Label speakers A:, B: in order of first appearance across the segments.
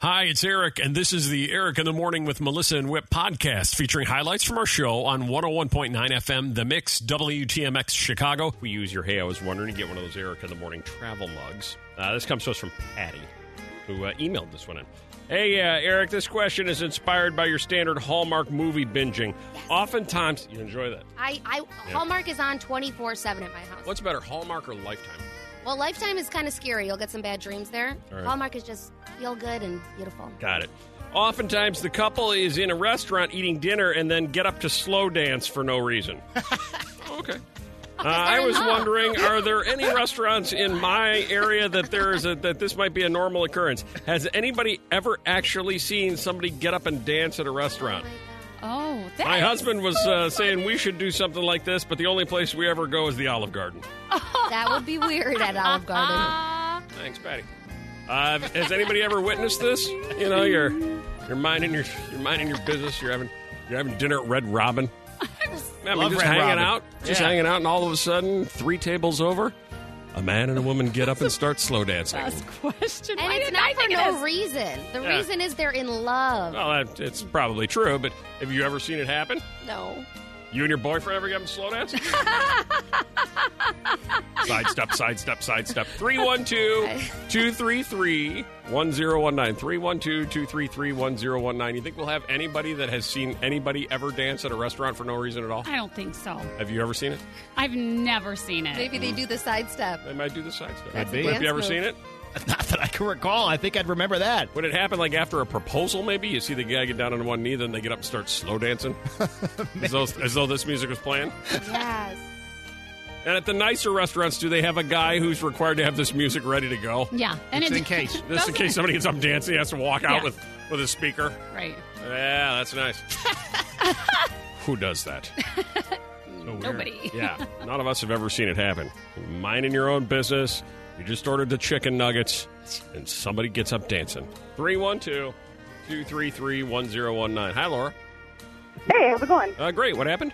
A: Hi, it's Eric, and this is the Eric in the Morning with Melissa and Whip podcast featuring highlights from our show on 101.9 FM, The Mix, WTMX Chicago. We use your Hey, I Was Wondering to get one of those Eric in the Morning travel mugs. Uh, this comes to us from Patty, who uh, emailed this one in. Hey, uh, Eric, this question is inspired by your standard Hallmark movie binging. Oftentimes, you enjoy that.
B: I, I Hallmark is on 24 7 at my house.
A: What's better, Hallmark or Lifetime?
B: Well, Lifetime is kind of scary. You'll get some bad dreams there.
A: right.
B: Hallmark is just feel good and beautiful.
A: Got it. Oftentimes, the couple is in a restaurant eating dinner and then get up to slow dance for no reason. okay. Uh, I was wondering, are there any restaurants in my area that there is a, that this might be a normal occurrence? Has anybody ever actually seen somebody get up and dance at a restaurant?
C: Oh, that
A: My
C: is
A: husband was
C: so
A: uh,
C: funny.
A: saying we should do something like this, but the only place we ever go is the Olive Garden.
B: That would be weird at Olive Garden.
A: Thanks, Patty. Uh, has anybody ever witnessed this? You know, you're you're minding your you're minding your business. You're having you're having dinner at Red Robin. I mean,
D: Love
A: just
D: Red
A: hanging
D: Robin.
A: out, just
D: Yeah.
A: hanging out, and all of a sudden, three tables over, a man and a woman get up and start slow dancing.
C: Best question.
B: And
C: Why
B: it's
C: didn't
B: not
C: I
B: for
C: think of
B: no
C: this?
B: reason. The
A: Yeah. Oh.
B: reason is they're in love.
A: Well, that, it's probably true, but have you ever seen it happen?
B: No.
A: You and your boyfriend ever get him slow dance? side step, side step, side step. 312-233-1019. 312-233-1019. You think we'll have anybody that has seen anybody ever dance at a restaurant for no reason at all?
C: I don't think so.
A: Have you ever seen it?
C: I've never seen it.
B: Maybe they do the side step.
A: They might do the side step.
D: Could be.
A: Have you ever
B: Dance
A: seen it?
D: Not that I can recall. I think I'd remember that.
A: Would it happen like after a proposal, maybe? You see the guy get down on one knee, then they get up and start slow dancing? as, though, as though this music was playing?
B: Yes.
A: And at the nicer restaurants, do they have a guy who's required to have this music ready to go?
C: Yeah, and
D: Just
C: it-
D: in case.
A: Just in case somebody gets up dancing, he has to walk out
C: Yeah.
A: with with a speaker.
C: Right.
A: Yeah, that's nice. Who does that? So weird.
C: Nobody.
A: yeah, none of us have ever seen it happen. You're minding your own business. You just ordered the chicken nuggets, and somebody gets up dancing. 312 233 1019. Hi, Laura.
E: Hey, how's it going?
A: Uh, great. What happened?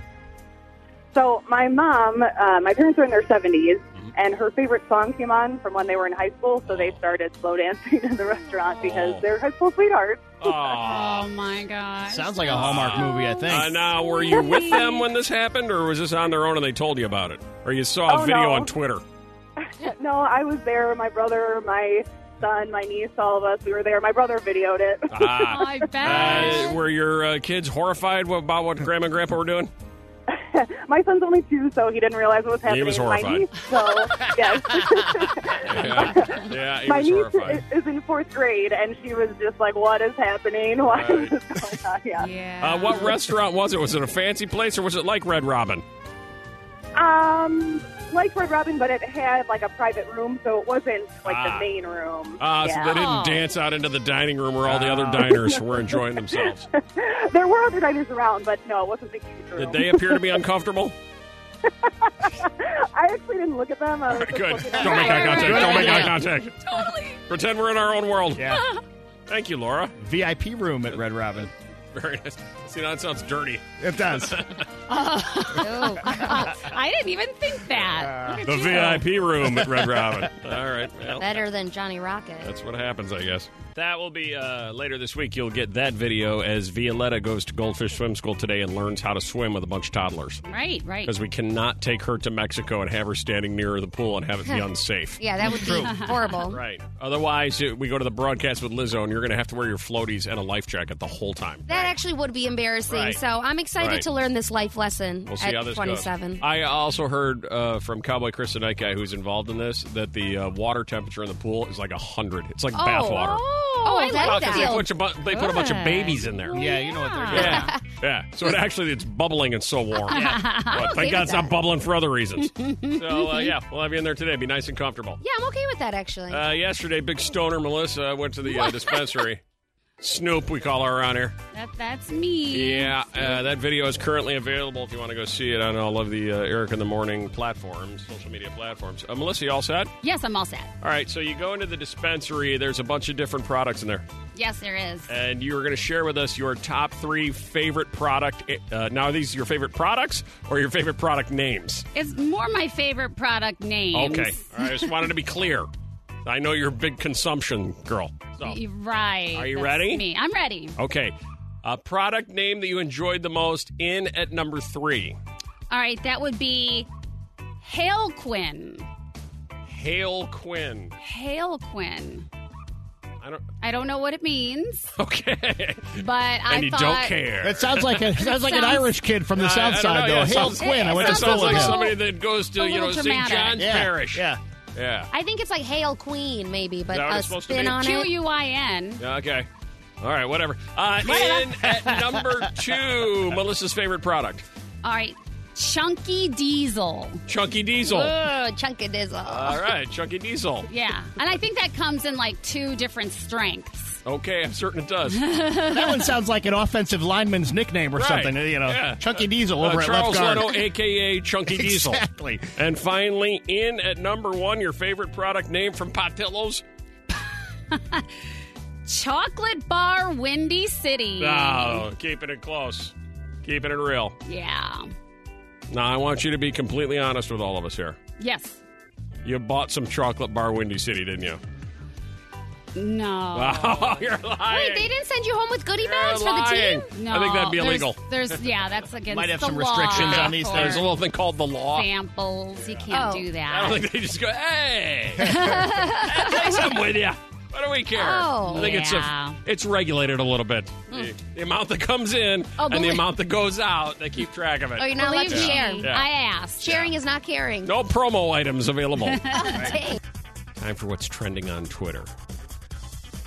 E: So my mom, uh, my parents are in their 70s,
A: Mm-hmm.
E: and her favorite song came on from when they were in high school, so they started slow dancing in the restaurant
A: Oh.
E: because they're high school sweethearts.
A: Aw.
C: Oh my gosh.
D: Sounds like a Hallmark movie, I think.
A: Uh, now, were you with them when this happened, or was this on their own and they told you about it? Or you saw a
E: Oh,
A: video
E: no.
A: on Twitter?
E: No, I was there. My brother, my son, my niece, all of us, we were there. My brother videoed it.
C: Oh,
A: Ah.
C: I bet.
A: Uh, were your uh, kids horrified about what grandma and grandpa were doing?
E: My son's only two, so he didn't realize what was happening.
A: He was
E: My niece, so yes,
A: Yeah, yeah he
E: my
A: was
E: niece
A: horrified.
E: is, is in fourth grade, and she was just like, "What is happening? Why
A: Right.
E: is this going on?" Yeah.
C: yeah.
A: Uh, what restaurant was it? Was it a fancy place or was it like Red Robin?
E: Um, like Red Robin, but it had like a private room, so it wasn't like
A: Ah.
E: the main room.
A: Uh,
E: yeah.
A: So they didn't
C: Oh.
A: dance out into the dining room where all the other
D: Ah.
A: diners were enjoying themselves.
E: there were other diners around, but no, it wasn't the huge room.
A: Did they appear to be uncomfortable?
E: I actually didn't look at them. I was just
A: Good. Don't
E: looking
A: make
E: at
A: eye
C: right,
A: contact.
C: right,
A: Don't make
C: right.
A: eye contact.
C: Totally.
A: Pretend we're in our own world.
D: yeah.
A: Thank you, Laura.
D: VIP room at Red Robin.
A: Very nice. See, that sounds dirty.
F: It does.
G: Oh,
B: I didn't even think that. Look at
A: The
B: you.
A: VIP room at Red Robin. All right. Well,
G: better than Johnny Rocket.
A: That's what happens, I guess. That will be uh, later this week. You'll get that video as Violetta goes to Goldfish Swim School today and learns how to swim with a bunch of toddlers.
B: Right, right.
A: Because we cannot take her to Mexico and have her standing near the pool and have it be unsafe.
G: Yeah, that would be horrible.
A: Right. Otherwise, uh, we go to the broadcast with Lizzo, and you're going to have to wear your floaties and a life jacket the whole time.
G: That actually would be embarrassing.
A: Right.
G: So I'm excited
A: Right.
G: to learn this life lesson
A: We'll see
G: at
A: how this
G: 27.
A: goes. I also heard uh, from Cowboy Chris, the night guy who's involved in this, that the uh, water temperature in the pool is like 100. It's like bath water.
G: Oh, I like
A: Well, 'cause
G: that.
A: They, put a bu- they put a bunch of
B: Good.
A: babies in there.
D: Yeah, you know what they're doing.
A: Yeah, yeah. So it actually it's bubbling and so warm. But thank
G: okay
A: God
G: with
A: it's not
G: that.
A: bubbling for other reasons. so uh, yeah, we'll have you in there today. Be nice and comfortable.
G: yeah, I'm okay with that actually.
A: Uh, yesterday, big stoner Melissa went to the uh, dispensary. Snoop, we call her around here.
B: That, that's me.
A: Yeah, uh, that video is currently available if you want to go see it on all of the uh, Eric in the Morning platforms, social media platforms. Uh, Melissa, you all set?
B: Yes, I'm all set.
A: All right, so you go into the dispensary. There's a bunch of different products in there.
B: Yes, there is.
A: and you are going to share with us your top three favorite product. Uh, now, are these your favorite products or your favorite product names?
B: It's more my favorite product names.
A: Okay. All right, I just wanted to be clear. I know you're a big consumption girl. So,
B: Y- Right.
A: Are you
B: that's
A: ready?
B: Me. I'm ready.
A: okay. A product name that you enjoyed the most in at number three.
B: All right, that would be Hale Quinn.
A: Hale Quinn.
B: Hale Quinn.
A: I don't.
B: I don't know what it means,
A: Okay.
B: but I
A: and you
B: thought
A: don't care.
D: That sounds like a, sounds like an
B: Sounds-
D: Irish kid from the
A: I- I
D: South
A: don't
D: Side,
A: know, yeah,
D: though.
A: it
D: Hale
A: sounds-
D: Quinn. I went
A: That
D: to
B: it
A: sounds
D: school with
A: like
B: a
D: him.
A: somebody that goes
B: a
A: to you know
B: little
A: St.
B: dramatic.
A: John's
D: yeah,
A: Parish.
D: Yeah.
A: Yeah.
G: I think it's like Hail Queen, maybe, but
A: that what
G: a
A: it's supposed to
G: spin
A: be?
G: on
B: Q
G: it.
B: U I N.
A: Yeah, Okay. All right, whatever. Uh, in at number two, Melissa's favorite product,
B: All right, Chunky Diesel.
A: Chunky Diesel.
G: Ugh, chunk of dizzle.
A: All right, Chunky Diesel.
B: Yeah, and I think that comes in like two different strengths.
A: Okay, I'm certain it does.
D: That one sounds like an offensive lineman's nickname or
A: Right.
D: something. You know,
A: Yeah.
D: Chunky Diesel
A: Uh,
D: over
A: Charles
D: at left guard.
A: Leno, a.k.a. Chunky Diesel.
D: Exactly.
A: And finally, in at number one, your favorite product name from Potillo's.
B: Chocolate Bar Windy City.
A: Oh, keeping it close. Keeping it real.
B: Yeah.
A: Now, I want you to be completely honest with all of us here.
B: Yes.
A: You bought some chocolate bar Windy City, didn't you?
B: No.
A: Oh, you're lying.
G: Wait, they didn't send you home with goodie
A: You're
G: bags for the
A: lying.
G: team?
B: No,
A: I think that'd be
B: there's-
A: illegal.
B: There's, yeah, that's against
D: Might have
B: the
D: some
B: law
D: restrictions on these
B: for
D: things.
A: There's a little thing called the law.
B: Samples, you can't
G: Oh.
B: do
A: I don't
B: that.
A: think they just go, hey, take some with you. What do we care?
G: Oh. Hmm.
A: I think it's
B: Yeah.
A: a, it's regulated a little bit. The, the amount that comes in
G: Oh,
A: and the
G: believe-
A: amount that goes out, they keep track of it.
G: Oh, you're not allowed to
B: Believe me,
G: share.
A: Yeah.
B: I asked.
G: Sharing is not caring.
A: no promo items available.
G: Oh, Dang.
A: Time for what's trending on Twitter.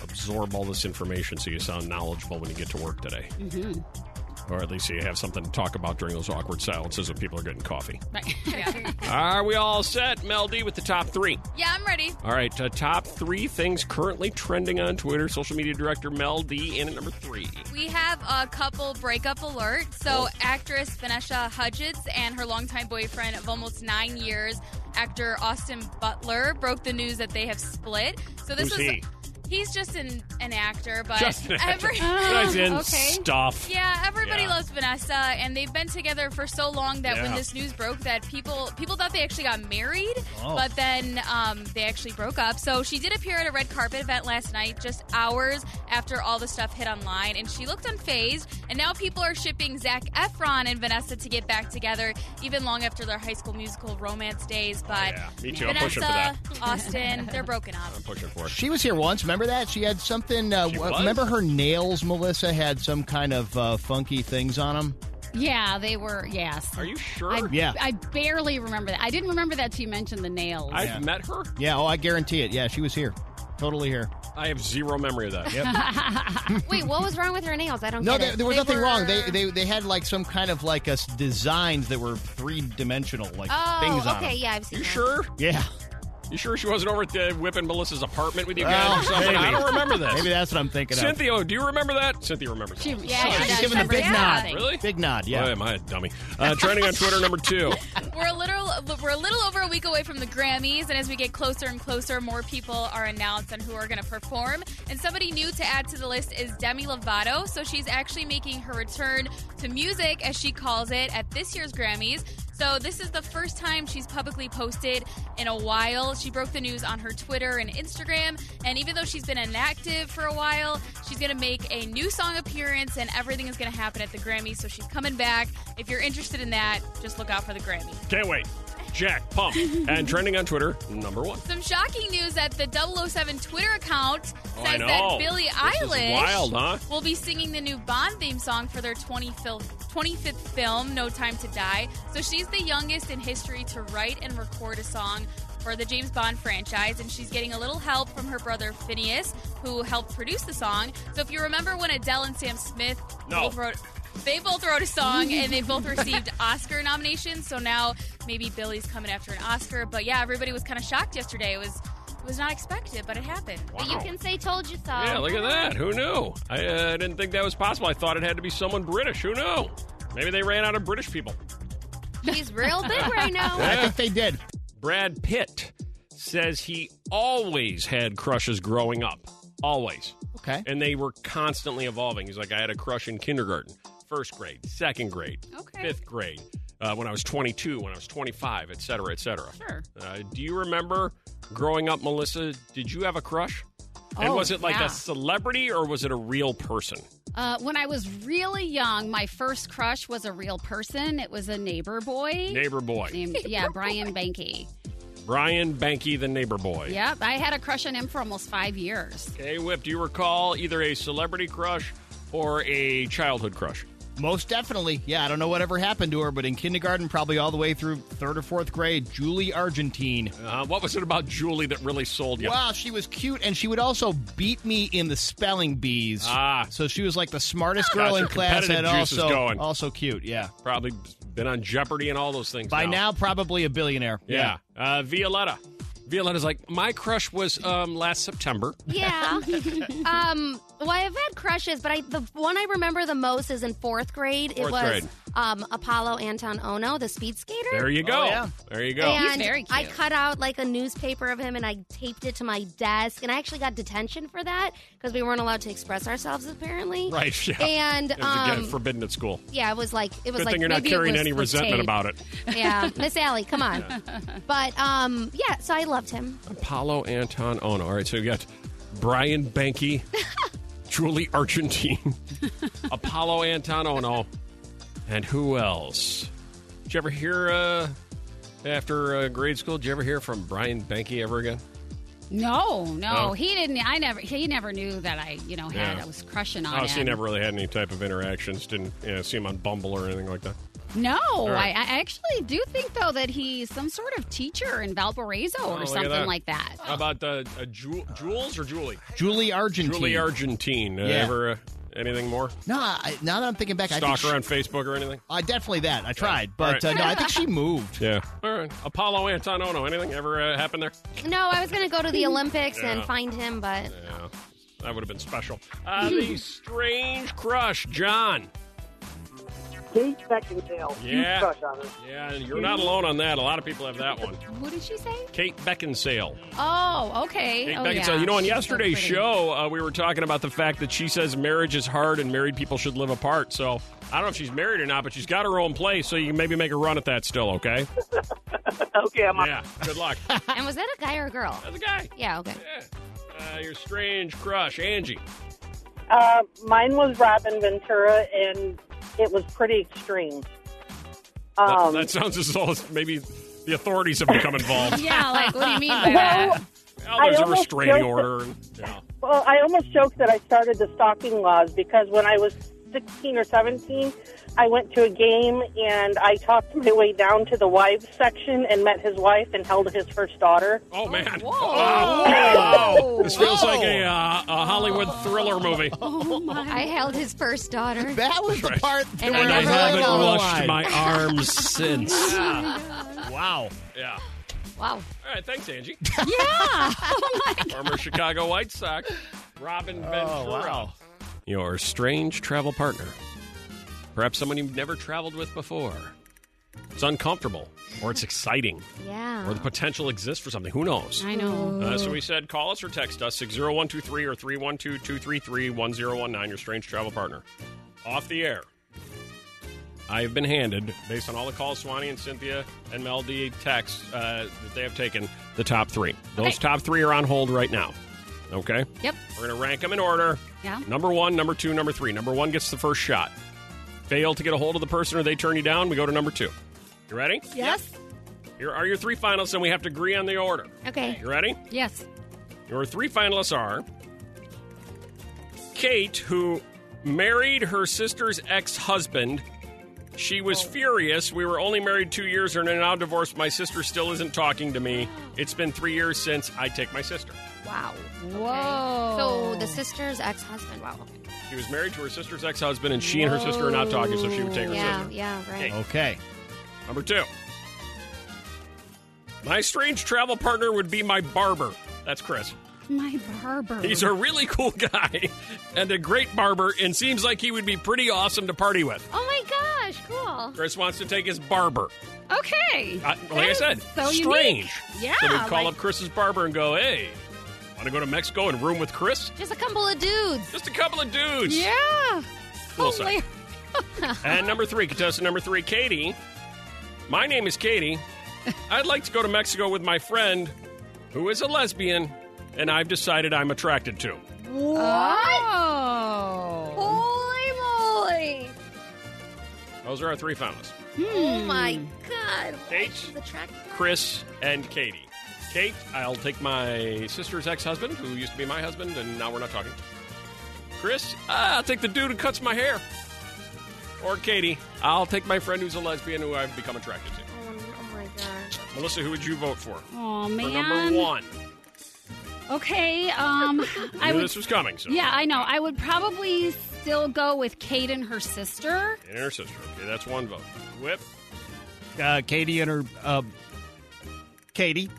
A: Absorb all this information so you sound knowledgeable when you get to work today.
G: Mm-hmm.
A: Or at least you have something to talk about during those awkward silences when people are getting coffee.
B: Right.
A: Are we all set, Mel D, with the top three?
B: yeah, I'm ready.
A: All right, uh, top three things currently trending on Twitter. Social media director Mel D in at number three.
H: We have a couple breakup alert. So, actress Vanessa Hudgens and her longtime boyfriend of almost nine years, actor Austin Butler, broke the news that they have split. So this
A: Who's
H: was
A: he?
H: he's just an, an actor, but
A: Just an actor.
H: every
A: Guys in
G: okay.
A: stuff.
H: Ah, yeah, everybody
A: Yeah.
H: loves Vanessa, and they've been together for so long that when
A: Yeah.
H: this news broke, that people people thought they actually got married,
A: Oh.
H: but then um, they actually broke up. So she did appear at a red carpet event last night, just hours after all the stuff hit online, and she looked unfazed. And now people are shipping Zach Efron and Vanessa to get back together, even long after their High School Musical romance days. But
A: yeah. Me too. I'm pushing for
H: Vanessa, Austin, they're broken up.
A: I'm pushing for it.
D: She was here once. Remember that? She had something. Uh,
A: She
D: w-
A: was?
D: Remember her nails, Melissa, had some kind of uh, funky things on them?
B: Yeah, they were, yes.
A: Are you sure?
B: I,
A: I've,
D: Yeah.
B: I barely remember that. I didn't remember that till you mentioned the nails.
A: met her.
D: Yeah, oh, I guarantee it. Yeah, she was here. Totally here.
A: I have zero memory of that.
G: Wait, what was wrong with her nails? I don't
D: No,
G: get
D: there,
G: it.
D: there was
G: They
D: nothing wrong. They,
G: were-
D: they they had like some kind of like us designs that were three dimensional, like
G: Oh,
D: things on.
G: okay,
D: 'em.
G: yeah, I've seen
A: You
G: that.
A: sure?
D: Yeah.
A: You sure she wasn't over at the Whip and Melissa's apartment with you guys
D: Well,
A: or something? I
D: maybe.
A: don't remember this.
D: Maybe that's what I'm thinking of.
A: Cynthia, oh, do you remember that? Cynthia remembers.
D: She-
A: all this.
D: yeah, she She's does. giving the big Yeah. nod.
A: Really?
D: Big nod, yeah.
A: Boy, am I a dummy. Uh, trending on Twitter number two.
H: We're a little we're a little over a week away from the Grammys, and as we get closer and closer, more people are announced on who are going to perform. And somebody new to add to the list is Demi Lovato. Oh, So she's actually making her return to music, as she calls it, at this year's Grammys. So this is the first time she's publicly posted in a while. She broke the news on her Twitter and Instagram, and even though she's been inactive for a while, she's going to make a new song appearance, and everything is going to happen at the Grammys. So she's coming back. If you're interested in that, just look out for the Grammys.
A: Can't wait. Jack Pump. And trending on Twitter number one.
H: Some shocking news that the 007 Twitter account says
A: Oh, I know.
H: that Billie
A: This is
H: Eilish
A: wild, huh?
H: will be singing the new Bond theme song for their 20 fil- 25th film, No Time to Die. So she's the youngest in history to write and record a song for the James Bond franchise, and she's getting a little help from her brother Phineas, who helped produce the song. So if you remember when Adele and Sam Smith
A: No.
H: both wrote. They both wrote a song and they both received Oscar nominations. So now maybe Billy's coming after an Oscar. But yeah, everybody was kind of shocked yesterday. It was it was not expected, but it happened.
A: But you Wow. can
H: say "told you um, so."
A: Yeah, look at that. Who knew? I uh, didn't think that was possible. I thought it had to be someone British. Who knew? Maybe they ran out of British people.
B: He's real big right now.
D: I think they did.
A: Brad Pitt says he always had crushes growing up. Always.
D: Okay.
A: And they were constantly evolving. He's like, I had a crush in kindergarten, first grade, second grade,
H: Okay.
A: fifth grade, uh, when I was 22, when I was 25, et cetera, et cetera.
H: Sure.
A: Uh, do you remember growing up, Melissa? Did you have a crush? and
B: Oh,
A: was it like
B: yeah.
A: a celebrity or was it a real person?
B: Uh, when I was really young, my first crush was a real person. It was a neighbor boy.
A: Neighbor boy.
B: Named, yeah, Brian Banky.
A: Brian Banky, the neighbor boy.
B: Yep, I had a crush on him for almost five years.
A: Okay, Whip, do you recall either a celebrity crush or a childhood crush?
D: Most definitely. Yeah, I don't know whatever happened to her, but in kindergarten, probably all the way through third or fourth grade, Julie Argentine.
A: Uh, what was it about Julie that really sold you?
D: Wow, she was cute, and she would also beat me in the spelling bees.
A: Ah.
D: So she was like the smartest girl
A: Got
D: in
A: your
D: class and
A: competitive juices
D: also,
A: going.
D: also cute, yeah.
A: Probably been on Jeopardy and all those things.
D: By now, probably a billionaire.
A: yeah. Uh, Violetta. Violetta's like my crush was um, last September.
G: Yeah. um, well, I've had crushes, but I the one I remember the most is in fourth grade.
A: Fourth
G: it was
A: grade.
G: um Apollo Anton Ono, the speed skater.
A: There
D: Oh,
A: you go. There you go.
G: And I cut out like a newspaper of him and I taped it to my desk. And I actually got detention for that because we weren't allowed to express ourselves apparently.
A: right. Yeah.
G: And
A: It was, again,
G: um,
A: forbidden at school.
G: yeah, it was like it was
A: Good
G: like
A: thing you're not
G: maybe it
A: carrying
G: was
A: any
G: with
A: resentment
G: tape.
A: about it.
G: Yeah, Miss Allie, come on. But um, yeah, so I loved him.
A: Apollo Anton Ono. All right, so we got Brian Benke, Julie Argentine, Apollo Anton Ono, and who else? Did you ever hear uh, after uh, grade school? Did you ever hear from Brian Benke ever again?
B: No, no,
A: No?
B: he didn't. I never. He never knew that I, you know, had.
A: Oh. Yeah.
B: I was crushing on
A: Oh,
B: him.
A: so you never really had any type of interactions. Didn't you know, see him on Bumble or anything like that.
B: No,
A: right.
B: I, I actually do think though that he's some sort of teacher in Valparaiso
A: Oh, look
B: or
A: at
B: something
A: that.
B: like that.
A: How about uh, uh, Ju- Jules or Julie?
D: Julie Argentine.
A: Julie Argentine. Uh,
D: Yeah.
A: Ever uh, anything more?
D: No, I, now that I'm thinking back, I
A: Stalk
D: think
A: her on Facebook or anything?
D: I definitely that. I tried,
A: All
D: but
A: right.
D: uh, no, I think she moved.
A: Yeah. All right. Apollo Anton Ono. Anything ever uh, happened there?
G: No, I was gonna go to the Olympics and
A: Yeah.
G: find him, but
A: Yeah, that would have been special. Uh, the strange crush, John.
I: Kate Beckinsale. Huge
A: Yeah.
I: crush on her.
A: Yeah, and you're not alone on that. A lot of people have that one.
B: What did she say?
A: Kate Beckinsale.
B: Oh, okay.
A: Kate
B: oh,
A: Beckinsale.
B: yeah.
A: You know, on
B: She's so
A: yesterday's
B: pretty.
A: show, uh, we were talking about the fact that she says marriage is hard and married people should live apart. So I don't know if she's married or not, but she's got her own place, so you can maybe make a run at that still, okay?
I: okay, I'm
A: Yeah, good luck.
G: and was that a guy or a girl?
A: That's a guy.
G: Yeah, okay.
A: Uh, your strange crush, Angie.
E: Uh, mine was Robin Ventura, and it was pretty extreme. Um,
A: That,
H: Um,
A: that sounds as though maybe the authorities have become involved.
B: Yeah, like what do you mean by
E: Well,
B: that?
A: Well,
E: I
A: there's a
E: almost
A: restraining
E: joked-
A: order. Yeah.
E: Well, I almost joked that I started the stalking laws because when I was 16 or 17, I went to a game and I talked my way down to the wives section and met his wife and held his first daughter.
A: Oh man! Whoa!
G: Whoa.
A: This feels
G: Whoa.
A: like a, uh, a Hollywood thriller movie.
G: Oh my! I held his first daughter.
D: That was the part that
A: And
D: where
A: I
D: was like,
A: haven't
D: oh,
A: rushed
D: why?
A: my arms since.
D: Wow.
A: Yeah.
B: Wow.
A: All right, thanks, Angie.
B: yeah. Oh my
A: Former Chicago White Sox, Robin Ventura.
D: wow.
A: Your strange travel partner. Perhaps someone you've never traveled with before. It's uncomfortable, or it's exciting,
G: Yeah.
A: or the potential exists for something. Who knows?
B: I know.
A: Uh, so we said call us or text us 60123 or 312 233 1019, your strange travel partner. Off the air. I have been handed, based on all the calls Swanee and Cynthia and Mel D texts uh, that they have taken, the top three. Those
B: Okay.
A: top three are on hold right now. Okay?
B: Yep.
A: We're going to rank them in order.
B: Yeah.
A: Number one, number two, number three. Number one gets the first shot. Fail to get a hold of the person or they turn you down, we go to number two. You ready?
B: Yes.
A: Here are your three finalists, and we have to agree on the order.
G: Okay.
A: You ready?
B: Yes.
A: Your three finalists are Kate, who married her sister's ex husband. She was furious. We were only married two years and are now divorced. My sister still isn't talking to me. It's been three years since I take my sister.
G: Wow. Okay.
B: Whoa.
G: So the sister's ex husband. Wow.
A: She was married to her sister's ex husband, and she and her sister are not talking, so she would take her
G: yeah,
A: sister.
G: yeah, right.
D: Okay.
A: Number two. My strange travel partner would be my barber. That's Chris.
B: My barber.
A: He's a really cool guy and a great barber, and seems like he would be pretty awesome to party with.
G: Oh my gosh, cool.
A: Chris wants to take his barber.
B: Okay.
A: Uh, like I said,
B: so
A: strange.
B: unique. Yeah,
A: So we call
B: like-
A: up Chris's barber and go, hey, want to go to Mexico and room with Chris?
G: Just a couple of dudes.
A: Just a couple of dudes.
B: Yeah.
A: Cool side.
B: Holy-
A: And number three, contestant number three, Katie. My name is Katie. I'd like to go to Mexico with my friend who is a lesbian and I've decided I'm attracted to.
B: Oh.
G: Holy moly.
A: Those are our three finalists
G: Oh my god.
A: Kate,
G: The track.
A: Chris, and Katie. Kate, I'll take my sister's ex husband, who used to be my husband, and now we're not talking. Chris, ah, I'll take the dude who cuts my hair. Or Katie, I'll take my friend who's a lesbian who I've become attracted to.
G: Oh, oh my gosh.
A: Melissa, who would you vote for?
B: Oh man.
A: For number one.
B: Okay. Um, I
A: knew
B: would.
A: this was coming, so.
B: Yeah, I know. I would probably still go with Kate and her sister.
A: And her sister. Okay, that's one vote. Whip.
D: Uh, Katie and her. Uh, Katie.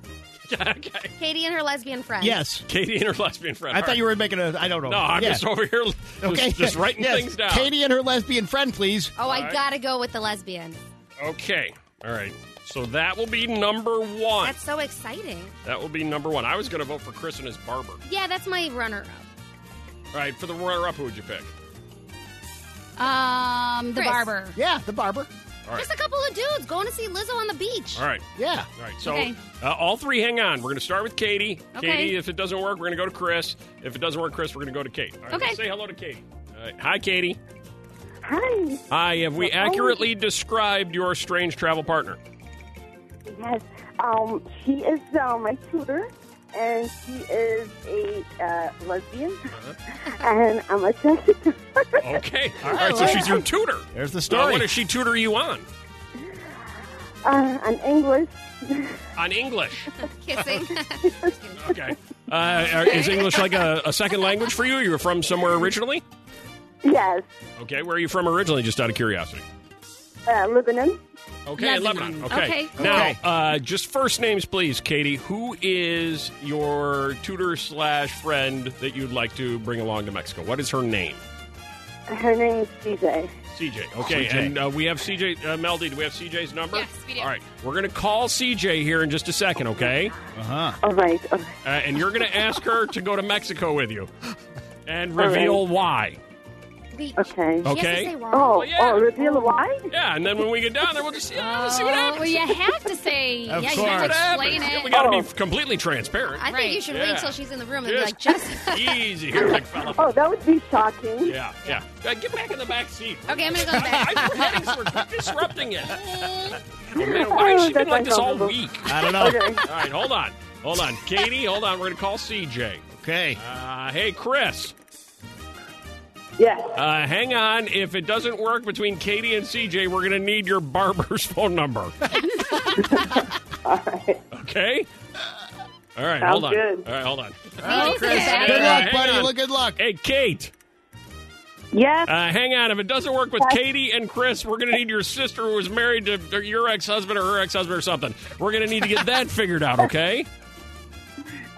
A: okay.
G: Katie and her lesbian friend.
D: Yes.
A: Katie and her lesbian friend.
D: I thought you were making a. I don't know.
A: No, I'm
D: Yeah.
A: just over here just,
D: Okay.
A: just writing
D: Yes.
A: things down.
D: Katie and her lesbian friend, please.
G: Oh, I
A: Alright.
G: gotta go with the lesbian.
A: Okay. All right. So that will be number one.
G: That's so exciting.
A: That will be number one. I was going to vote for Chris and his barber.
G: Yeah, that's my runner up.
A: All right, for the runner up, who would you pick?
B: Um, the
G: Chris.
B: barber.
D: Yeah, the barber.
A: All right.
G: Just a couple of dudes going to see Lizzo on the beach.
A: All right.
D: Yeah.
A: All right. So
B: Okay.
A: uh, all three, hang on. We're going to start with Katie.
B: Okay.
A: Katie, if it doesn't work, we're going to go to Chris. If it doesn't work, Chris, we're going to go to Kate. All right,
B: Okay.
A: let's say hello to Katie. All right. Hi, Katie.
I: Hi.
A: Hi. Have we
I: Oh.
A: accurately described your strange travel partner?
I: Yes. Um, she is uh, my tutor, and she is a uh, lesbian,
A: Uh-huh.
I: and I'm attracted to her.
A: Okay. all right. So she's your tutor.
D: Oh. There's the
A: Now,
D: story.
A: what does she tutor you on?
I: Uh, I'm English.
A: On English.
G: Kissing.
A: Okay. Uh, are- is English like a, a second language for you? You're from somewhere originally?
I: Yes.
A: Okay. Where are you from originally? Just out of curiosity.
I: Uh, Lebanon.
A: Okay,
B: Lebanon.
A: Lebanon. Okay.
B: Okay.
A: Now,
D: Okay.
A: uh, just first names, please, Katie. Who is your tutor slash friend that you'd like to bring along to Mexico? What is her name?
I: Her name is CJ.
A: CJ. Okay,
D: CJ.
A: and uh, we have CJ. Uh, Melody, do we have CJ's number?
H: Yes, we do.
A: All right, we're going to call CJ here in just a second, okay?
D: Uh huh.
I: All right. Oh, All right.
A: Uh, and you're going to ask her to go to Mexico with you and
I: All right.
A: reveal why.
G: Beach.
I: Okay.
G: She has
A: Okay.
G: to say why.
I: Oh,
A: yeah.
I: oh, reveal why?
A: Yeah, and then when we get down there, we'll just yeah, let's see what
B: Oh, well,
A: happens.
B: you have to say.
D: Of
B: yeah,
G: Oh.
B: you have to
D: course.
B: explain
A: Yeah,
B: it.
A: we got to
I: Oh.
A: be completely transparent.
G: I think
B: Right.
G: you should
A: Yeah.
G: wait till she's in the room and
A: Yes.
G: be like, just
A: Easy here, big fella.
I: Oh, that would be shocking.
A: Yeah, yeah. Uh, get back in the back seat.
G: Okay, I'm gonna go back.
A: I feel headaches were disrupting it. Oh, man,
I: Oh,
A: why has she been
I: that's
A: like this all
I: uncomfortable.
A: week?
D: I don't know. okay.
A: All right, hold on. Hold on. Katie, hold on. We're going to call CJ. Uh, hey, Chris.
I: Yes.
A: Uh, hang on. If it doesn't work between Katie and CJ, we're going to need your barber's phone number.
I: All right.
A: Okay? All right,
I: Sounds
A: hold on.
I: good.
A: All right, hold on. Uh,
D: All right, Oh, Chris.
A: Yeah,
D: Good
A: yeah,
D: luck,
A: hang
D: buddy.
A: on.
D: Look, good luck.
A: Hey, Kate.
E: Yes.
A: Uh, hang on. If it doesn't work with Katie and Chris, we're going to need your sister who was married to or your ex husband or her ex husband or something. We're going to need to get that figured out, okay?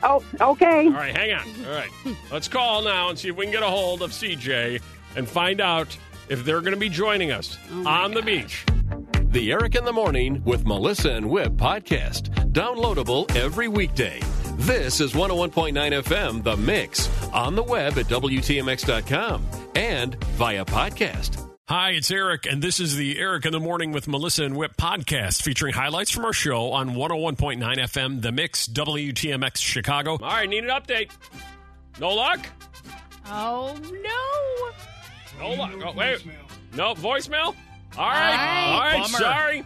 E: Oh, okay.
A: All right, hang on. All right. Let's call now and see if we can get a hold of CJ and find out if they're going to be joining us on the beach.
J: The Eric in the Morning with Melissa and Whip podcast, downloadable every weekday. This is 101.9 FM, The Mix, on the web at WTMX.com and via podcast.
A: Hi, it's Eric, and this is the Eric in the Morning with Melissa and Whip podcast featuring highlights from our show on 101.9 FM, The Mix, WTMX Chicago. All right, need an update. No luck?
B: Oh no!
A: No luck. Oh, wait. No voicemail? All right. All right,
D: Bummer.
A: sorry.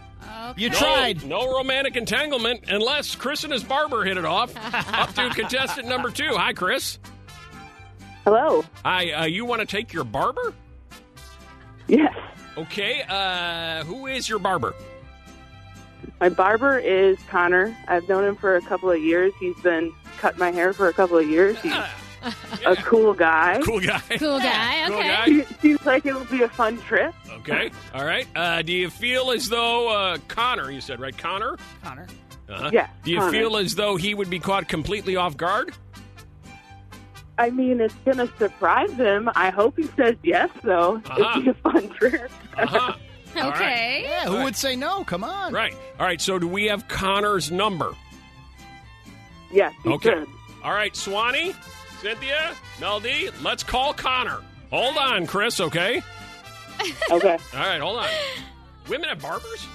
D: You tried.
A: No romantic entanglement unless Chris and his barber hit it off. Up to contestant number two. Hi, Chris.
E: Hello.
A: Hi, uh, you want to take your barber?
E: Yes.
A: Okay, uh, who is your barber?
E: My barber is Connor. I've known him for a couple of years. He's been cutting my hair for a couple of years. He's a cool guy.
A: Cool guy.
B: Cool guy.
A: Cool
B: Okay.
A: guy.
E: He- Seems like it would be a fun trip.
A: Okay, all right. Uh, do you feel as though uh, Connor, you said, right? Connor?
D: Connor.
A: Uh-huh.
E: Yeah,
A: Do you
E: Connor.
A: feel as though he would be caught completely off guard?
E: I mean, it's going to surprise him. I hope he says yes, though.
A: Uh-huh.
E: It'd be a fun trip.
A: Uh-huh. All right.
B: Okay.
D: Yeah, who would say no? Come on.
A: Right. All right. So, do we have Connor's number?
E: Yes, he
A: Okay.
E: should.
A: All right, Swanee, Cynthia, Melody, let's call Connor. Hold on, Chris. Okay.
E: Okay.
A: All right. Hold on. Women have barbers.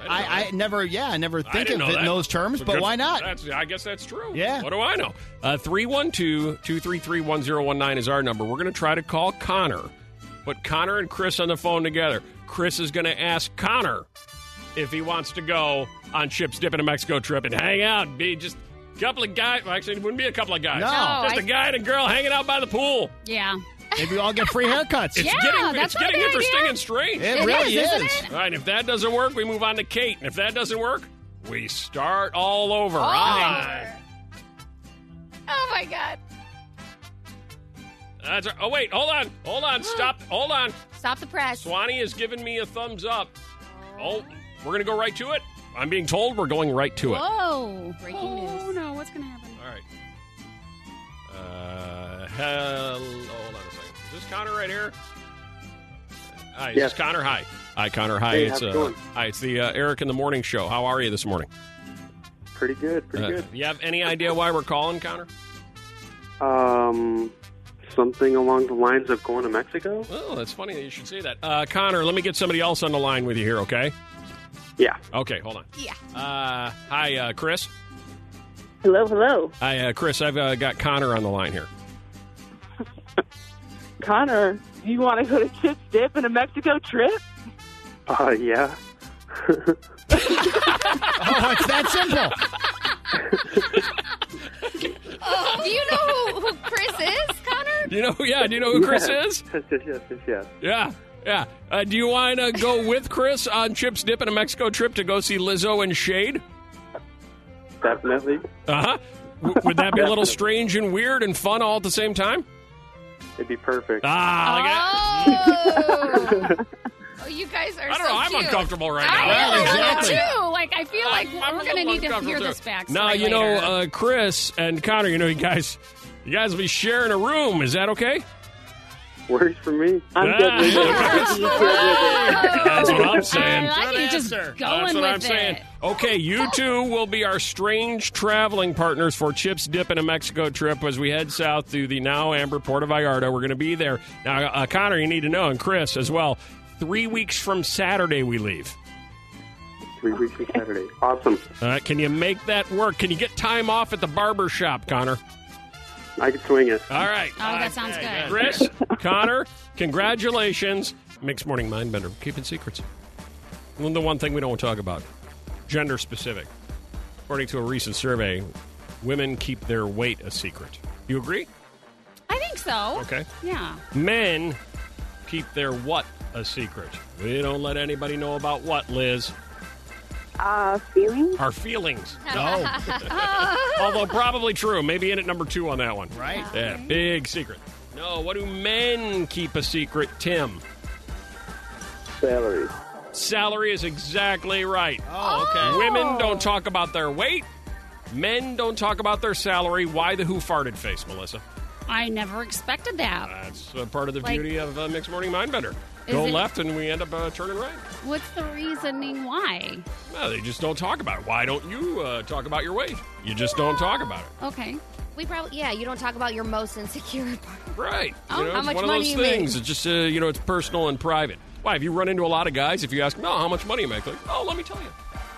A: didn't know
D: I, I
A: that.
D: never, yeah, I never
A: I
D: think
A: didn't
D: of
A: know
D: it in
A: that.
D: those terms,
A: Well,
D: but
A: good-
D: why not?
A: That's, I guess that's true.
D: Yeah.
A: What do I know? Uh, 312 233 1019 is our number. We're going to try to call Connor. Put Connor and Chris on the phone together. Chris is going to ask Connor if he wants to go on Chips Dip in a Mexico trip and hang out. Be just a couple of guys. Well, actually, it wouldn't be a couple of guys.
D: No.
A: Just a guy and a girl hanging out by the pool.
B: Yeah.
D: Maybe we all get free haircuts.
A: It's
B: Yeah,
A: getting,
B: that's
A: it's
B: not a
A: getting
B: bad
A: interesting
B: idea.
A: and strange.
D: It,
B: It
D: really
B: is,
D: is.
B: isn't
A: All right, if that doesn't work, we move on to Kate. And if that doesn't work, we start all over.
B: All
A: All
B: over.
A: right.
B: Oh my god!
A: That's right. Oh, wait, hold on. Hold on. Stop. Hold on.
B: Stop the press.
A: Swanee is giving me a thumbs up. Oh, we're going to go right to it. I'm being told we're going right to it. All
B: Whoa! Breaking
C: Oh,
B: news. no! What's gonna happen?
A: right. Uh, hello. Hold on a second. Is this Connor right here? Hi, is
K: Yes.
A: this Connor? Hi. Hi, Connor. Hi.
K: Hey,
A: it's,
K: how's it
A: uh,
K: going?
A: Hi, it's the uh, Eric in the Morning Show. How are you this morning?
K: Pretty good, pretty
A: Uh, You have any idea why we're calling, Connor?
K: good. Um, something along the lines of going to Mexico?
A: Oh, that's funny that you should say that. Uh, Connor, let me get somebody else on the line with you here, okay?
K: Yeah.
A: Okay, hold on.
B: Yeah.
A: Uh, hi, uh, Chris.
E: Hello, hello.
A: Hi, uh, Chris. I've uh, got Connor on the line here.
E: Connor, you want to go to Chips Dip and a Mexico trip?
K: Uh, yeah.
D: Oh, it's that simple.
H: Do you know who, who Chris is, Connor?
A: Do you know? Yeah. Do you know who Chris
K: Yes.
A: is?
K: Yes, yes, yes, yes, yes.
A: Yeah. Yeah. Uh, do you want to go with Chris on Chips Dip and a Mexico trip to go see Lizzo and Shade?
K: Definitely.
A: Uh huh. W- would that be a little strange and weird and fun all at the same time?
K: It'd be perfect.
A: Ah, look at
H: Oh. oh, you guys are.
A: I don't
H: so
A: know. I'm
H: cute.
A: uncomfortable right
H: I
A: now.
H: am
D: Well,
H: uncomfortable,
D: exactly.
H: too. Like I feel like
A: I'm
H: we're
A: a
H: gonna
A: little
H: need to hear
A: uncomfortable,
H: this
A: too.
H: back.
A: Now you know, uh, Chris and Connor. You know, you guys, you guys will be sharing a room. Is that okay?
K: Works for me.
E: I'm
A: Ah.
E: good with
A: That's
E: it. You good with it.
A: That's what I'm
B: I
A: saying.
B: like
D: Good
B: you just
D: answer.
B: going
A: That's
B: with
A: what I'm
B: it.
A: saying. Okay, you two will be our strange traveling partners for Chips Dip and a Mexico trip as we head south to the now Amber Puerto Vallarta. We're going to be there. Now, uh, Connor, you need to know, and Chris as well. Three weeks from Saturday, we leave.
K: Three weeks from Saturday. Awesome.
A: Uh, can you make that work? Can you get time off at the barber shop, Connor?
K: I could swing it.
A: All right.
B: Oh, that sounds good.
A: Chris, Connor, congratulations. Mixed Morning Mindbender, keeping secrets. Well, The one thing we don't talk about gender specific. According to a recent survey, women keep their weight a secret. You agree?
B: I think so.
A: Okay.
B: Yeah.
A: Men keep their what a secret. We don't let anybody know about what, Liz.
E: Uh, feeling?
A: Our feelings.
D: No.
A: Although probably true. Maybe in at number two on that one.
D: Right.
A: Yeah, big secret. No, what do men keep a secret, Tim?
K: Salary.
A: Salary is exactly right.
D: Oh, okay.
A: Women don't talk about their weight. Men don't talk about their salary. Why the who farted face, Melissa?
B: I never expected that.
A: That's uh, part of the
B: Like-
A: beauty of uh, Mixed Morning Mindbender.
B: Is
A: Go
B: it-
A: left and we end up uh, turning right.
B: What's the reasoning why?
A: No, they just don't talk about it. Why don't you uh, talk about your weight? You just don't talk about it.
B: Okay.
G: We probably yeah. You don't talk about your most insecure part.
A: Right.
G: Oh,
A: you know,
G: how
A: it's
G: much
A: one
G: money
A: of those
G: you
A: things.
G: make?
A: It's just, uh, you know, it's personal and private. Why, if you run into a lot of guys, if you ask them, oh, how much money you make, like, oh, let me tell you.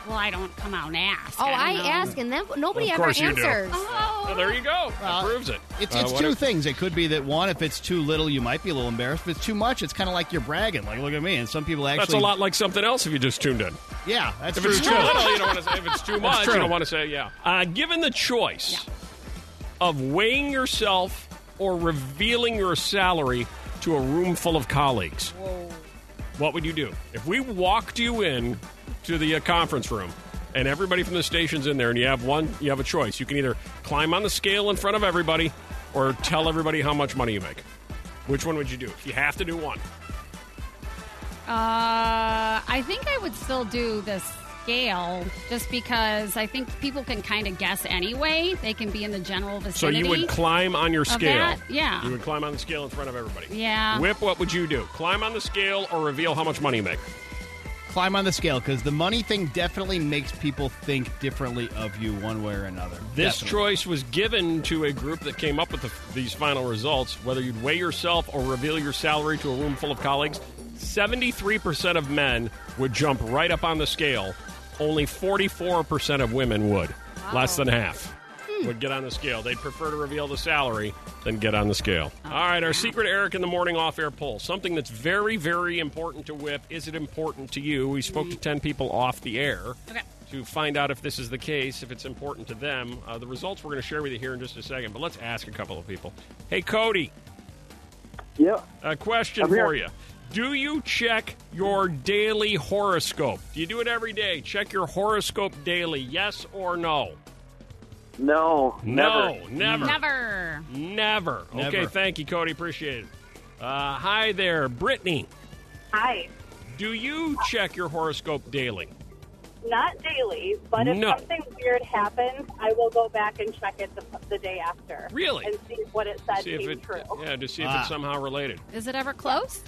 B: Well, I don't come out and ask.
G: Oh,
B: I,
G: I,
B: don't know.
G: ask, and then nobody
A: Of
G: ever
A: course you do.
G: answers.
A: Oh, there you go. That proves it.
D: It's,
A: Uh,
D: it's
A: what
D: two
A: if-
D: things. It could be that one, if it's too little, you might be a little embarrassed. If it's too much, it's kind of like you're bragging. Like, look at me. And some people actually.
A: That's a lot like something else if you just tuned in.
D: Yeah, that's
A: if
D: true.
A: it's too little, you don't want to say. If it's too
D: That's
A: much,
D: true.
A: you don't want to say. Yeah. Uh, given the choice of weighing yourself or revealing your salary to a room full of colleagues, what would you do? If we walked you in to the uh, conference room and everybody from the station's in there, and you have one, you have a choice. You can either climb on the scale in front of everybody or tell everybody how much money you make. Which one would you do? If you have to do one.
B: Uh, I think I would still do the scale just because I think people can kind of guess anyway. They can be in the general
A: So
B: vicinity.
A: you would climb on your
B: of
A: scale.
B: that? Yeah.
A: You would climb on the scale in front of everybody.
B: Yeah.
A: Whip, what would you do? Climb on the scale or reveal how much money you make?
D: Climb on the scale because the money thing definitely makes people think differently of you one way or another.
A: This
D: Definitely.
A: choice was given to a group that came up with the, these final results. Whether you'd weigh yourself or reveal your salary to a room full of colleagues, 73% of men would jump right up on the scale. Only 44% of women would. Less than half would get on the scale. They'd prefer to reveal the salary than get on the scale. All right, our secret Eric in the morning off air poll. Something that's very, very important to Whip. Is it important to you? We spoke to 10 people off the air to find out if this is the case, if it's important to them. Uh, the results we're going to share with you here in just a second, but let's ask a couple of people. Hey, Cody.
K: Yep.
A: A question
K: I'm here.
A: for you. Do you check your daily horoscope? Do you do it every day? Check your horoscope daily, yes or no?
K: No.
A: No, never.
B: Never.
A: Never.
K: Never.
A: Okay, thank you, Cody. Appreciate it. Uh, hi there, Brittany.
L: Hi.
A: Do you check your horoscope daily?
L: Not daily, but if
A: No.
L: something weird happens, I will go back and check it the, the day after.
A: Really?
L: And see what it said
A: See if
L: came
A: it,
L: true.
A: yeah, to see if
L: Ah.
A: it's somehow related.
B: Is it ever close?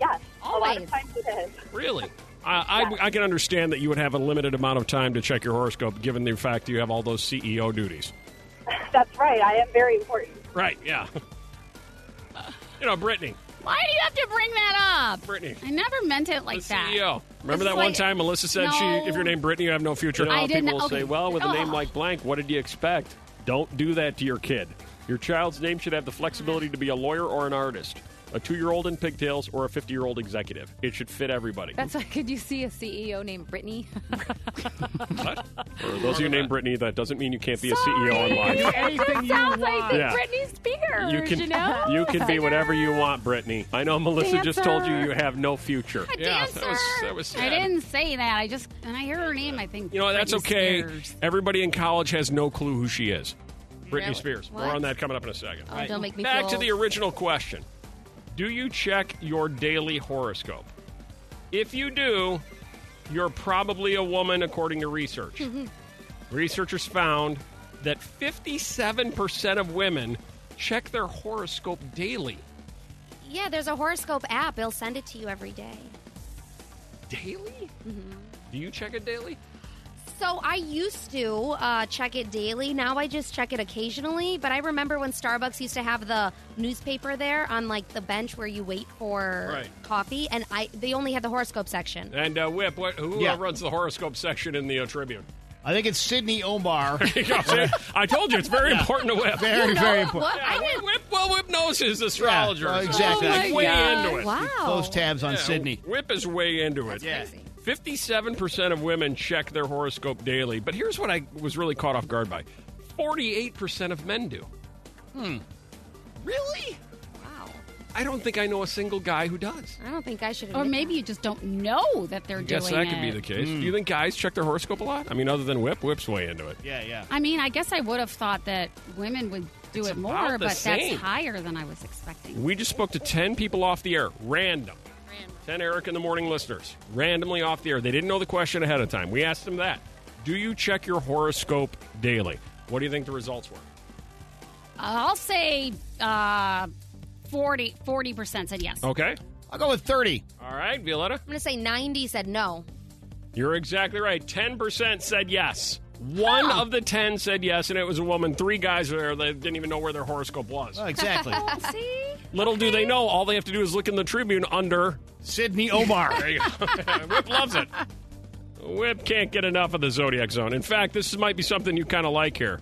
L: Yes. A lot of times it is.
A: Really? I, I, I can understand that you would have a limited amount of time to check your horoscope, given the fact you have all those CEO duties.
L: That's right. I am very important.
A: Right? Yeah. you know, Brittany,
B: Why do you have to bring that up?
A: Brittany.
B: I never meant it like that.
A: CEO. E Remember
B: This
A: that
B: is
A: one
B: like-
A: time Melissa said she,
B: No.
A: if you're named Brittany, you have no future.
B: I
A: Now
B: didn't-
A: people will
B: okay.
A: say, well, with a name
B: Oh.
A: like blank, what did you expect? Don't do that to your kid. Your child's name should have the flexibility to be a lawyer or an artist, a two-year-old in pigtails or a 50-year-old executive. It should fit everybody.
M: That's why. Could you see a CEO named Brittany?
A: For those of you named Brittany, that doesn't mean you can't be a CEO E online.
M: Anything you sounds like the
A: Yeah.
M: Britney Spears.
A: You can
M: you know?
A: you can be whatever you want, Brittany. I know Melissa just told you you have no future.
B: A
A: yeah,
B: dancer.
A: that was that was
B: I
A: sad.
B: didn't say that. I just when I hear her name, I think
A: You know that's
B: Britney
A: okay.
B: Spears.
A: Everybody in college has no clue who she is. Britney Spears. More
B: What?
A: on that coming up in a second.
B: Oh, don't make me
A: Back
B: feel
A: to the original question. Do you check your daily horoscope? If you do, you're probably a woman according to research. Researchers found that 57% of women check their horoscope daily.
G: Yeah, there's a horoscope app. It'll send it to you every day.
A: Daily?
D: Mm-hmm.
A: Do you check it daily?
G: So I used to uh, check it daily. Now I just check it occasionally. But I remember when Starbucks used to have the newspaper there on like the bench where you wait for
A: Right.
G: coffee, and I they only had the horoscope section.
A: And uh, Whip, what, who uh,
G: Yeah.
A: runs the horoscope section in the uh, Tribune?
D: I think it's Sydney Omar.
A: I told you it's very important to Whip.
D: Very, very important.
A: Yeah, Whip, Whip, well, Whip knows his astrologer.
D: Yeah, well,
A: so
D: exactly. Oh
A: He's way into it.
D: Close tabs on
A: Yeah,
D: Sydney.
A: Whip is way into it.
D: That's
A: Fifty-seven percent of women check their horoscope daily, but here's what I was really caught off guard by: forty-eight percent of men do.
G: Hmm.
A: Really? Wow. I don't think I know a single guy who does.
G: I don't think I should.
B: Or maybe you just don't know that they're
A: I
B: doing
A: guess that could
B: it.
A: be the case. Do you think guys check their horoscope a lot? I mean, other than Whip, Whip's way into it.
D: Yeah, yeah.
B: I mean, I guess I would have thought that women would do
A: It's
B: it
A: about
B: more,
A: the
B: but
A: same.
B: that's higher than I was expecting.
A: We just spoke to 10 people off the air, random. 10 Eric in the Morning listeners, randomly off the air. They didn't know the question ahead of time. We asked them that. Do you check your horoscope daily? What do you think the results were?
B: I'll say uh, 40 percent said yes.
A: Okay.
D: I'll go with 30.
A: All right, Violetta.
G: I'm going to say 90 said no.
A: You're exactly right. 10% said yes. One of the 10 said yes, and it was a woman. Three guys were there that didn't even know where their horoscope was.
B: See?
A: Little do they know, all they have to do is look in the Tribune under
D: Sydney Omar.
A: there you go. Whip loves it. Whip can't get enough of the zodiac zone. In fact, this might be something you kind of like here.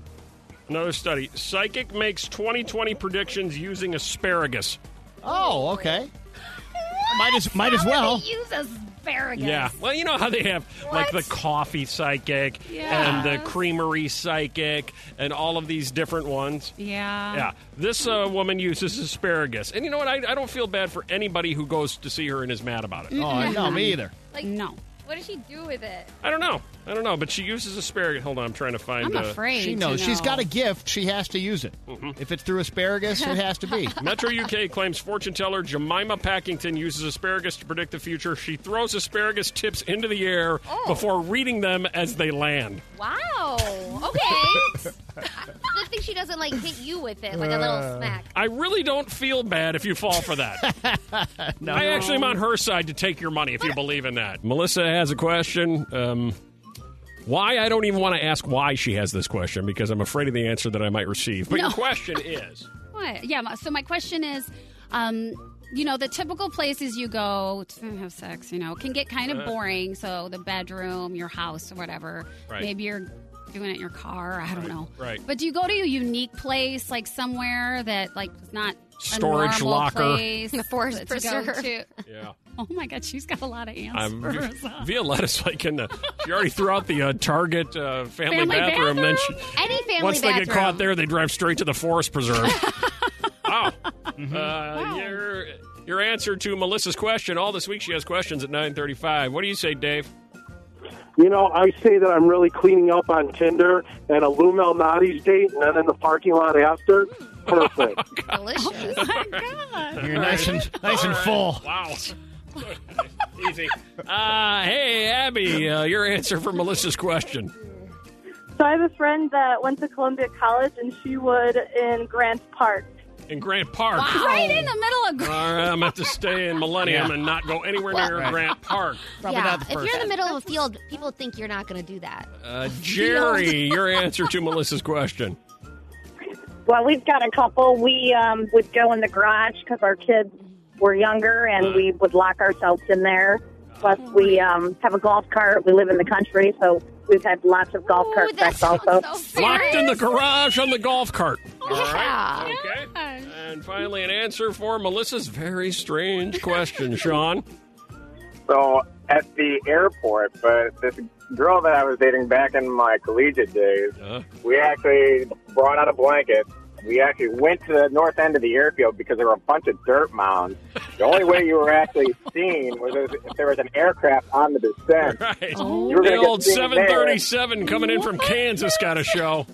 A: Another study: psychic makes 2020 predictions using asparagus.
D: Oh, okay. might as might as well.
B: Use asparagus.
A: Yeah. Well, you know how they have like the coffee psychic
B: Yeah.
A: and the creamery psychic and all of these different ones.
B: Yeah.
A: Yeah, this uh, woman uses asparagus, and you know what? I, I don't feel bad for anybody who goes to see her and is mad about
H: Mm.
D: Oh,
A: it.
D: no, me either.
C: Like,
B: no.
C: What does she do with it?
A: I don't know. I don't know, but she uses asparagus. Hold on, I'm trying to find. uh,
D: She knows. She's got a gift. She has to use it.
K: Mm-hmm.
D: If it's through asparagus, it has to be.
A: Metro UK claims fortune teller Jemima Packington uses asparagus to predict the future. She throws asparagus tips into the air
B: Oh.
A: before reading them as they land.
G: Wow. Okay. Good thing she doesn't like hit you with it, like a little
A: Uh.
G: smack.
A: I really don't feel bad if you fall for that. I actually am on her side to take your money if you believe in that. Melissa has a question. Um, why? I don't even want to ask why she has this question because I'm afraid of the answer that I might receive. But your
B: No.
A: question is
B: What? Yeah. my- So my question is, um, you know, the typical places you go to have sex, you know, can get kind of
C: Uh.
B: boring. So the bedroom, your house, or whatever.
C: Right.
B: Maybe you're doing it in your car. I don't know.
C: Right.
B: But do you go to a unique place, like somewhere that like is not
A: Storage
B: a normal
A: locker.
B: place
G: For-
B: to
G: for
B: go
G: sure.
B: to?
A: yeah.
B: Oh my God, she's got a lot of
A: I'm,
B: answers.
A: Violetta's like in the. She already threw out the uh, Target uh, family,
B: Family
A: bathroom. Then she,
G: Any family
A: once they
G: bathroom.
A: get caught there, they drive straight to the forest preserve. wow. Uh, Your your answer to Melissa's question all this week. She has questions at nine thirty five. What do you say, Dave?
K: You know, I say that I'm really cleaning up on Tinder and a Lou Malnati's date, and then in the parking lot after. Perfect.
G: Delicious.
B: Oh
D: You're nice and nice and full.
A: Wow. Easy. Uh, hey, Abby, uh, your answer for Melissa's question.
L: So I have a friend that went to Columbia College, and she would in Grant Park.
A: In Grant Park.
B: Right in the middle of.
A: All right, I'm about to stay in Millennium and not go anywhere near
G: Well-
A: Grant Park.
G: yeah. if you're in the middle of a field, people think you're not going to do that.
A: Uh, Jerry, your answer to Melissa's question.
L: Well, we've got a couple. We um, would go in the garage because our kids were younger, and we
K: Mm.
L: would lock ourselves in there. Plus, we um, have a golf cart. We live in the country, so we've had lots of golf cart sex also.
A: Locked in the garage on the golf cart. All right. Okay. And finally, an answer for Melissa's very strange question, Sean.
N: So at the airport, but this girl that I was dating back in my collegiate days,
A: Uh-huh.
N: we actually brought out a blanket. We actually went to the north end of the airfield because there were a bunch of dirt mounds. The only way you were actually seen was if there was an aircraft on the descent.
A: Right.
N: You were
A: the
N: gonna get
A: old
N: seen there.
A: 737 coming in from Kansas got a show.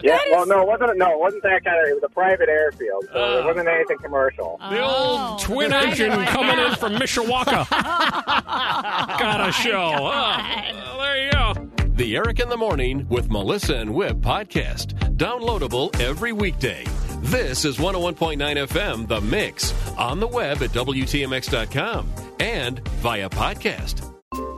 N: Yeah, well, no, it wasn't. No, it wasn't that kind of. It was a private airfield, so it wasn't anything commercial.
A: Uh. The old twin engine coming in from Mishawaka got a show. Oh, well, there you go.
J: The Eric in the Morning with Melissa and Whip podcast, downloadable every weekday. This is 101.9 FM, The Mix, on the web at WTMX.com and via podcast.